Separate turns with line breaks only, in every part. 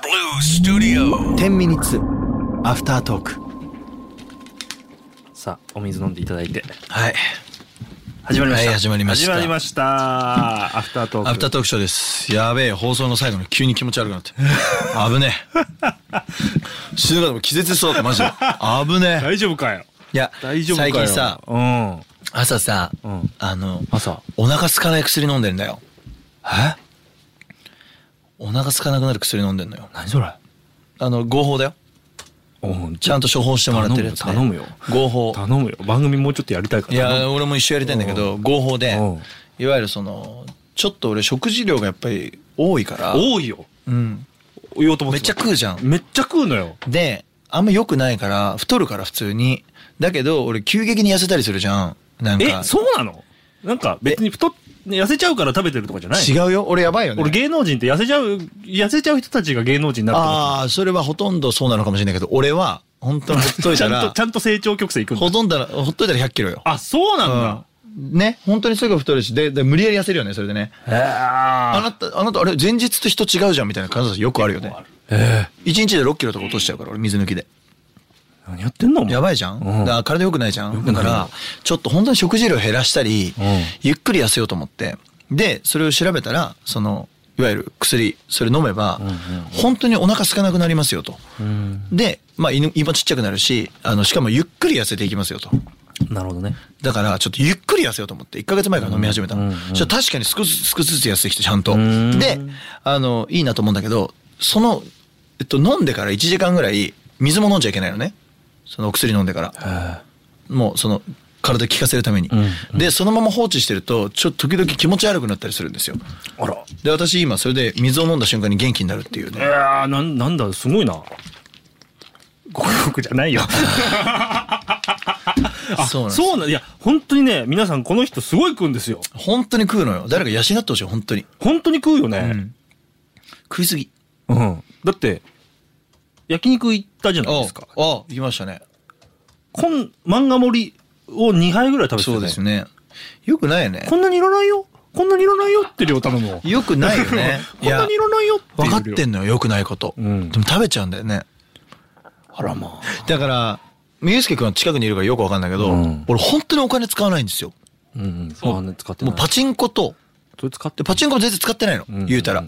Blue Studio
10ミニッツアフタートーク
さあ、お水飲んでいただいて。
はい
始まりました。
はい始まりました
始まりました。アフタートーク。
アフタートークショーですやべえ放送の最後に急に気持ち悪くなって 危ねえ死ぬかとも気絶しそうだったマジで危ねえ
大丈夫かよ。
いや
大丈夫かよ。
最近さ
うん。
朝さ、
うん
あの
朝。
お腹空かない薬飲んでんだよえお腹空かなくなる薬飲んでんのよ
何それ。
あの合法だよ
うん。
ちゃんと処方してもらってるやつ、ね、
頼むよ
合法
頼むよ。番組もうちょっとやりたいか
い
ら。
や俺も一緒やりたいんだけど合法で
うん
いわゆるそのちょっと俺食事量がやっぱり多いから
多いよ。
うん
言おうと思っ
め
て
っちゃ
た
食うじゃん
めっちゃ食うのよ。
であんま良くないから太るから普通にだけど俺急激に痩せたりするじゃんなんか
え、そうなのなんか別に太っ、痩せちゃうから食べてるとかじゃない
違うよ俺やばいよね
俺芸能人って痩せちゃう、痩せちゃう人たちが芸能人になっ
ああそれはほとんどそうなのかもしれないけど俺は本当にほっと
てる。
い
ちゃ
た
んと、
ら
ちゃんと成長曲線いくんだ
ほ。とんどほっといたら100キロよ
あ、そうなんだ。
うんね本当にすぐ太るしでで無理やり痩せるよねそれでね
へー
あなた、あなた、あれ、前日と人違うじゃんみたいな感じよくあるよね。一日で6キロとか落としちゃうから、俺、水抜きで。
何やってんのお前
やばいじゃん、
うん
だから体良くないじゃん
く
だ
な
か
いよ
ら、ちょっと本当に食事量減らしたり、
うん
ゆっくり痩せようと思って。で、それを調べたら、その、いわゆる薬、それ飲めば、本当にお腹空かなくなりますよと。で、まあ、犬、胃もちっちゃくなるし、あの、しかもゆっくり痩せていきますよと。
なるほどね。
だから、ちょっとゆっくり痩せようと思って、1ヶ月前から飲み始めた
うんう
の
んうん。
じゃ確かに少し少しずつ痩せてきて、ちゃんと。
ん
で、あの、いいなと思うんだけど、その、えっと、飲んでから1時間ぐらい、水も飲んじゃいけないのね。そのお薬飲んでから。もう、その、体効かせるために。で、そのまま放置してると、ちょっと時々気持ち悪くなったりするんですよ。
あら。
で、私今、それで水を飲んだ瞬間に元気になるっていうね。
いやーなん、なんだ、すごいな。ごくごくじゃないよ。
そうなんです
そうなん、いや、本当にね、皆さんこの人すごい食うんですよ。
本当に食うのよ。誰か養ってほしい、本当に。
本当に食うよね。
ん食いすぎ。
うん。だって、焼肉行ったじゃない
あ
ですか。
あ、行きましたね。
こん、漫画盛りを2杯ぐらい食べてた
そうですね。よくないよね
こ。んなにいらないよ。こんなにいらないよって量頼むもん。。
よくないよね
こんなにいらないよっていう
分
量。
かってんのよ、よくないこと。
ん
でも食べちゃうんだよね。
あらまあ。
だから、ゆうすけくんは近くにいるからよくわかんないけど、
うん
俺本当にお金使わないんですよ。
うんうん。そうね、使って
も
な
う
い。
パチンコと、
それ使って
でパチンコも全然使ってないの、
んうんうん
言うたら。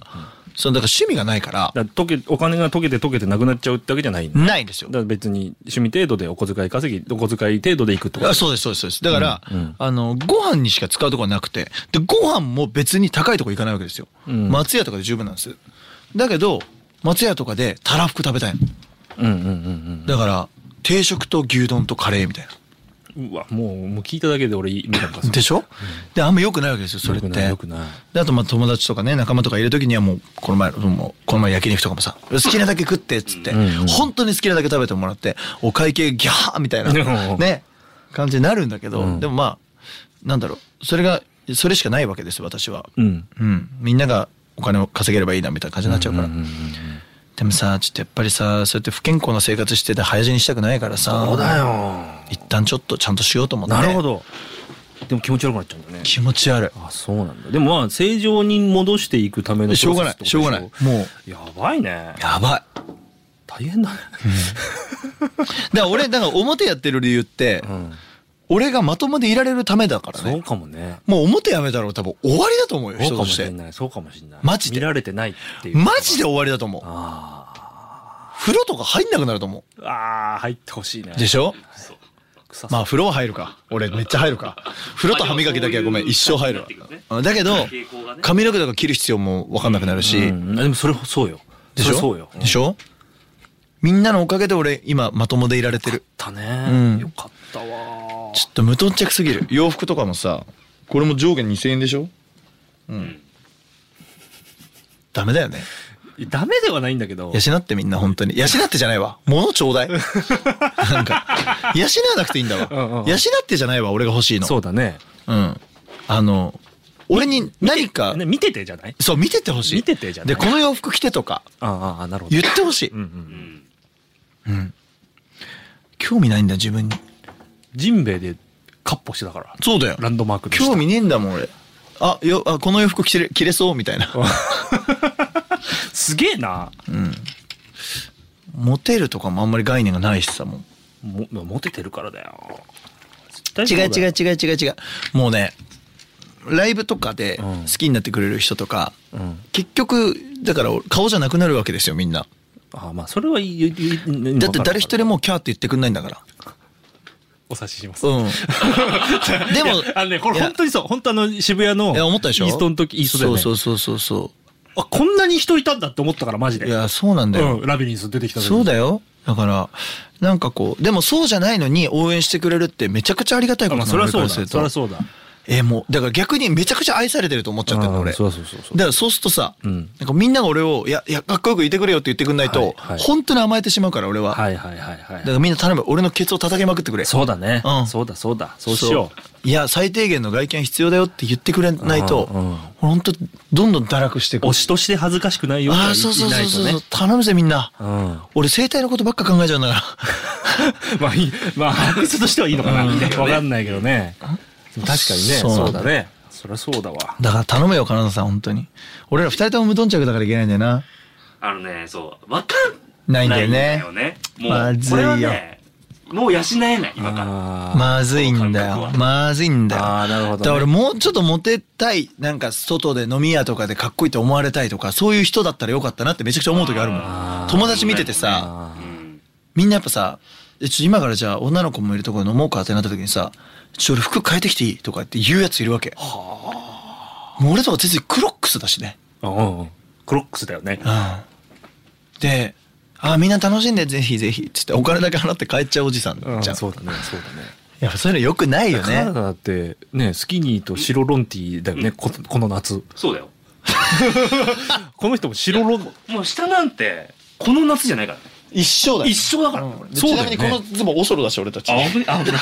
そのだから趣味がないから、
だから溶け、お金が溶けて溶けてなくなっちゃうってわけじゃないんだ。
ないんですよ
だ。から別に趣味程度でお小遣い稼ぎ、お小遣い程度で行くってこと
あそうです、そうです、そうです。だから、
うんうん
あの、ご飯にしか使うとこはなくて、で、ご飯も別に高いとこ行かないわけですよ。
うん
松屋とかで十分なんです。だけど、松屋とかでたらふく食べたいの。
うんうんうん
だから、定食と牛丼とカレーみたいな。
うん。うわ、もう、もう聞いただけで俺、いいなんかさ
でしょ、であんま良くないわけですよそれって
良くない良くない
であとまあ友達とかね仲間とかいる時にはもうこの前もうこの前焼肉とかもさ好きなだけ食ってっつって、
んうん
本当に好きなだけ食べてもらってお会計ギャーみたいな
うん
ね感じになるんだけど、
うん
でもまあなんだろうそれがそれしかないわけです私は
うん。
うんみんながお金を稼げればいいなみたいな感じになっちゃうから、
うんうんうん
でもさちょっとやっぱりさそうやって不健康な生活してて早死にしたくないからさ
そうだよ。
一旦ちょっとちゃんとしようと思って
なるほど。でも気持ち悪くなっちゃうんだね。
気持ち悪い
あ、そうなんだ。でもまあ、正常に戻していくための
しょうがない
プロセ
しょうがない
スって
も
ことでしょ。
う
やばいね。
やばい
大変だね。
だから俺だから表やってる理由って、
ん
俺がまともでいられるためだから
そう
ね
かもね。
もう表やめたら多分終わりだと思うよ
そう
人
か
と
も
し
しれ
て
ない。そうかもしれない。
マジで
見られてないっていう。
マジで終わりだと思う
あ
風呂とか入んなくなると思
ーあー、入ってほしいね。
うでしょ
臭そう
まあ風呂は入るか俺めっちゃ入るか風呂と歯磨きだけはごめん一生入るわだけど髪の毛とか切る必要も分かんなくなるし、
うん、でもそれそうよ。
でしょ
それそうよ。
でしょみんなのおかげで俺今まともでいられてる
だね、
うん
よかったわ
ちょっと無頓着すぎる洋服とかもさこれも上下2000円でしょうん、ダメだよね
ダメではないんだけど。
養ってみんな本当に。養ってじゃないわ。物ちょう だい。なんか、養わなくていいんだわ。
うんうんうん
養ってじゃないわ、俺が欲しいの。
そうだね。
うん。あの、俺に何か、
ね見ててじゃない
そう、見ててほしい。
見ててじゃない
で、この洋服着てとか、
ああああ、なるほど。
言ってほしい
うん。うんうん。
うん。興味ないんだ、自分に。
ジンベエでカッポしてたから。
そうだよ
ランドマークでした。
興味ねえんだもん、俺。あ、よ、あ、この洋服着れ、着れそうみたいな。
すげえな。
モテるとかもあんまり概念がないしさ、もう。
も、モテてるからだよ。絶対そうだ
違う違
よ
う。違う違う違う。もうね、ライブとかで
うん
好きになってくれる人とか、
うん。
結局、だから顔じゃなくなるわけですよ、みんな。
ああ、まあ、それは言う、言う
だって誰一。
わかるわかる
人もうキャーって言ってくんないんだから。
お察しします。
うん。でも、
あのね、これ本当にそう。本当あの、渋谷の。
いや、思ったでしょ
イーストの時、イーストだよね。
そうそうそうそうそ
あ、こんなに人いたんだって思ったから、マジ
う。
で。
いや、そうなんだよ。
うん、ラビリンス出てきた時
そうだよ。だから、なんかこう、でもそうじゃないのに応援してくれるってめちゃくちゃありがたい
あ
こと
ま
な
あ、
の
それはそう
俺
だ。
からすると
それはそうだ。
えーもう、だから逆にめちゃくちゃ愛されてると思っちゃってるの、俺。
うんそうそうそうそう
だからそうするとさ、
うん
なんかみんなが俺を、いや、いや、かっこよくいてくれよって言ってくんないと、
はいはい
本当に甘えてしまうから、俺は。
はいはいはいは
だ
い
か。らみんな頼む、俺のケツを叩きまくってくれ。
そうだね。
うん
そうだそうだ。そうしよ
う。いや、最低限の外見必要だよって言ってくれないと、
うんうん。
本当どんどん堕落していうく
推。しとして恥ずかしくないよ。
ああ、そうそうそうそうそう、頼むぜみんな。
うん。
俺生態のことばっか考えちゃうんだから。
まあいい、まあ、アーティストとしてはいいのかな。わかんないけどね。でも 確かにね、
そうなんだ
そうだね。そりゃそうだわ。
だから頼むよ、金田さん、本当に。俺ら二人とも無頓着だからいけないんだよな。
あのね、そう、わかん
ないんだよね
ないんだよねもう、
まずいよ
これはね、もう養えない、今から。
あ
まずいんだ
この
よ
感。覚は
まずいんだよ。
あーなるほどね
だから俺もうちょっとモテたい、なんか外で飲み屋とかでかっこいいと思われたいとか、そういう人だったらよかったなってめちゃくちゃ思う時あるもん。友達見ててさ、
あ
うん。
みんなやっぱさ、えちょっと今からじゃあ女の子もいるところ飲もうかってなった時にさ、ちょ俺服変えてきていいとかって言うやついるわけ。もう俺とか全然クロックスだしね。
ーうんうん。クロックスだよね。
うん。で、あーみんな楽しんでぜひぜひっつってお金だけ払って帰っちゃうおじさんじゃん。
うんそううだね、そうだね。
やっぱそういうの良くないよ
カ
ね。
ナダだって、ね、スキニーと白ロンティーだよね、ここの夏。
そうだよ。
この人も白ロン、
もう下なんて、この夏じゃないからね。
一生だよ
一生だから。
で
そうだよね
ちなみにこのズボンオソロだし俺たち
あ、本当に、あ、本当に。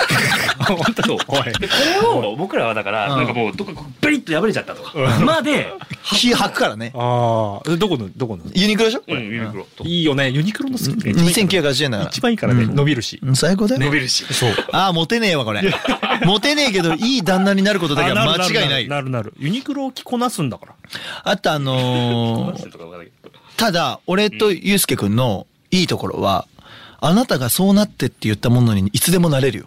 本当に、おい。
でこれを僕らはだから、
うん
なんかもうどっかこうベリッと破れちゃったとか、まで、
火吐くからね
ああ、どこの、どこの。
ユニクロでしょこ
うん、
れ
ユニクロと
いいよね、ユニクロのスキニー。
2980円だから
一番いいからね、伸びるし。
うん最高だよ
伸びるし。
そう。
ああモテねえわこれモテねえけどいい旦那になることだけは
あ
間違いない
なるなるなるなる。ユニクロを着こなすんだから。
あとあのー
とかわかんないけど
ただ俺とユうスケくんのいいところはあなたがそうなってって言ったものにいつでもなれるよ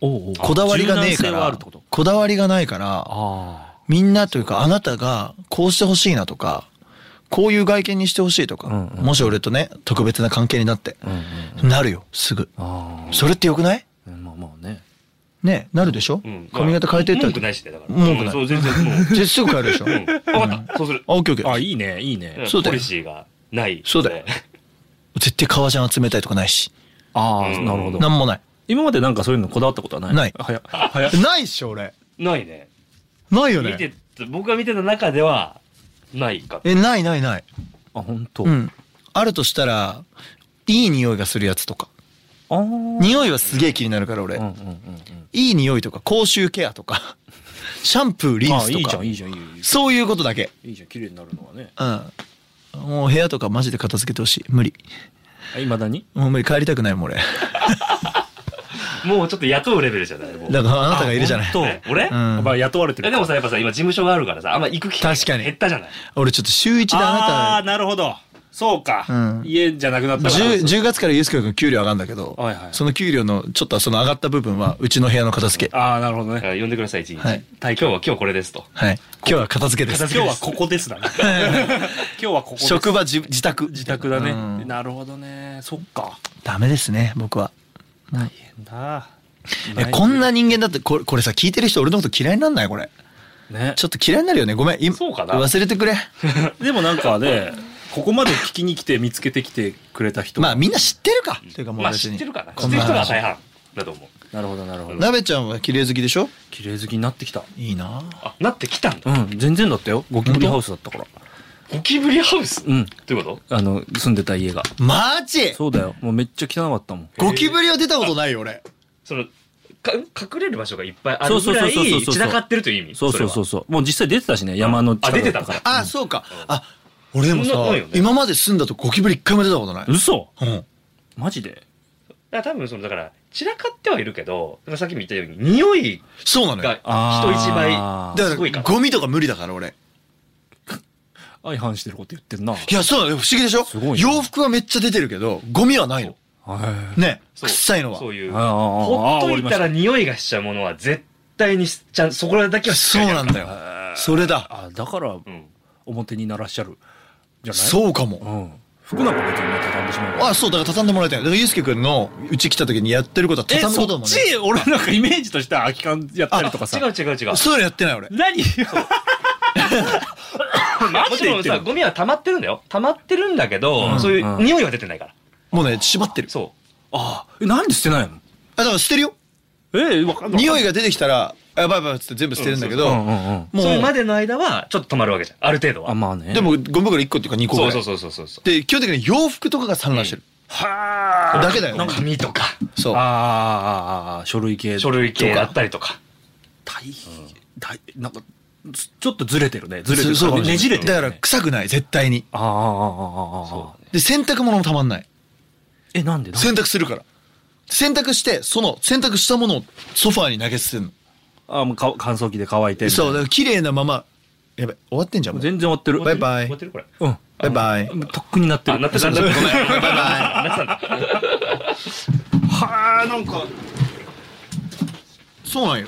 おうおう
こだわりがねえか
柔軟性はあ
ら
るってこと
こだわりがないから
あ
みんなというかあなたがこうしてほしいなとかこういう外見にしてほしいとか、
うんうん
もし俺とね特別な関係になって、
あ。うんうん。
なるよすぐ
あ
それってよくない
あ。まあまあね。
ねなるでしょ、
うん
髪型変えてった
文句ないしね、だから。
文句ない
うんそう、全然もう。
で、すぐ変えるでしょ、
う
あ
んわかった、そうする。
オッケーオッケー
あ、いいね、いいね。
そうだよ
ポリシーがない。
そうだよ絶対革ジャン集めたいとかないし
ああ、
うん
なるほど。
なんもない
今までなんかそういうのこだわったことはない
ない
はや、はや。
ないっしょ俺
ないね。
ないよ
見て
ね
た、僕が見てた中では、ないか。
えないないない
あ、本当。
う。んあるとしたらいい匂いがするやつとか
ああ。うん
匂いはすげえ気になるから俺、
うんうんうん。
いい匂いとか口臭ケアとか シャンプーリン
ああ、
ス
い
と
いじ
か
ゃん、いいじゃん、いいよいいじ
そういうことだけ
ゃん。いいじゃん、綺麗になるのはね。
うんもう部屋とかマジで片付けてほしい無理
あ、未だに
もう無理帰りたくないもん俺
もうちょっと雇うレベルじゃない。もう
だからあなたがいるじゃない
と、
ね俺
うん
まあ雇われて
え
る。
でもさ、やっぱさ、今事務所があるからさ、あんま行く機会
確か
が
に
減ったじゃない。
俺ちょっと週一であなた
ああ、なるほど。そうか
う。ん
家じゃなくなったから。
10, 10月からユースケ君給料上がるんだけど、
はいはい
その給料のちょっとその上がった部分はうちの部屋の片付け。
ああ、なるほど
だ
ね。
から呼んでください、一日。
はい
今日は、今日これですと。
はい。今日は片付けです。
今日はここで すだね。今日はここです。
職場自自宅。
自宅だ
う
ね。
ん
なるほどね。そっか。
ダメですね、僕は。
だ。
えこんな人間だってこれこれさ聞いてる人俺のこと嫌いになんないこれ
ね
ちょっと嫌いになるよねごめん今
そうかな
忘れてくれ
でもなんかね、ここまで聞きに来て見つけてきてくれた人。
まあみんな知ってるかっていうかもう
まあ
別
知
に
ってるかな。知
こ
っ
ん
て
な
る人が
話
大半だと思う。
なるほどなるほど。
鍋ちゃんは綺麗好きでしょ
綺麗好きになってきた。
いいな
あ、なってきたんだ。
うん、全然だったよ。ゴキブリハウスだったから。
ゴキブリハウス
うん。
ってこと
あの、住んでた家が。
マジ
そうだよ。もうめっちゃ汚かったもん。
ゴキブリは出たことないよ俺
その、か、隠れる場所がいっぱいあるぐらい
そうそうそうそうそう
散らかってるという意味。
そうそうそうそう。もう実際出てたしね、山の近く
あ出てた
だった
あそうかあ俺でもさ
そんなないよね
今まで住んだとゴキブリ一回も出たことない
嘘
うん
マジで
それは。だから多分その、だから、散らかってはいるけど、さっきも言ったように、匂い
そうなの
が
よ
人一倍。
あー
だ
すご
か
いからら
ゴミとか無理だから俺
相反してること言ってんな。へ
いやそうなのよ不思議でしょ
すごいね
洋服はめっちゃ出てるけどゴミはないの
ー
ね
そう
臭いのは
そういう。
あーあーあー
ほ
あー終
っといた
わりま
ら匂いがしちゃうものは絶対にしちゃん、そこらだけはしっ
そ
か
う
りやる
なんだよそれだ
あ、だから、
うん。
表にならっしゃる。じゃない
そうか
う
も
ん。服なんか別にね畳んでしまうから
あそうだから畳んでもらいたいだからゆうすけくんのうち来た時にやってることは
え、
畳むこと
そ
だも
っ
んね
ち、俺なんかイメージとしては空き缶やったりとか
違
さ。
う違う違う。
そういうのやってない俺
何
もちろんさ、ゴミは溜まってるんだよ。溜まってるんだけど、
うん
そういう
うん
匂いは出てないから。
もうね縛ってる
そ
ああ、えなんで捨てないの
あだから捨てるよ
え、わかんない。
匂いが出てきたらあやばいやばいっつって全部捨てるんだけど
う
も
んうんうん。
う。それま
う
での間は、ちょっと溜まるわけじゃん。ある程度は。
あ、まあね。
で、もゴミ袋1個っていうか2個ぐら
そう
い
そうそうそうそうそう。
で基本的に洋服とかが散乱してる、
はあ。
だけだよね
紙とか、
そう
ああああああ、書類系。
書類系だったりとか。
大大なんかずちょっとずれてるねずれて
そ
る
うそうかも
ね
しれない
ねじれてる、
だ
ね、
から臭くない絶対に
ああああああああ
そう
で洗濯物もたまんない
えなんでなんで
洗濯するから洗濯してその洗濯したものをソファーに投げ捨てるの
あもうか乾燥機で乾いて
そうだ
だ
から綺麗なままやべ終わってんじゃんもう
全然終わってる
バイバイ
終わってるこれ。
うん
バイバイ
もうとっくになって
あ、
る
なってたんだ。ごめん。なってたんだ。
はあなんか
そうなんよ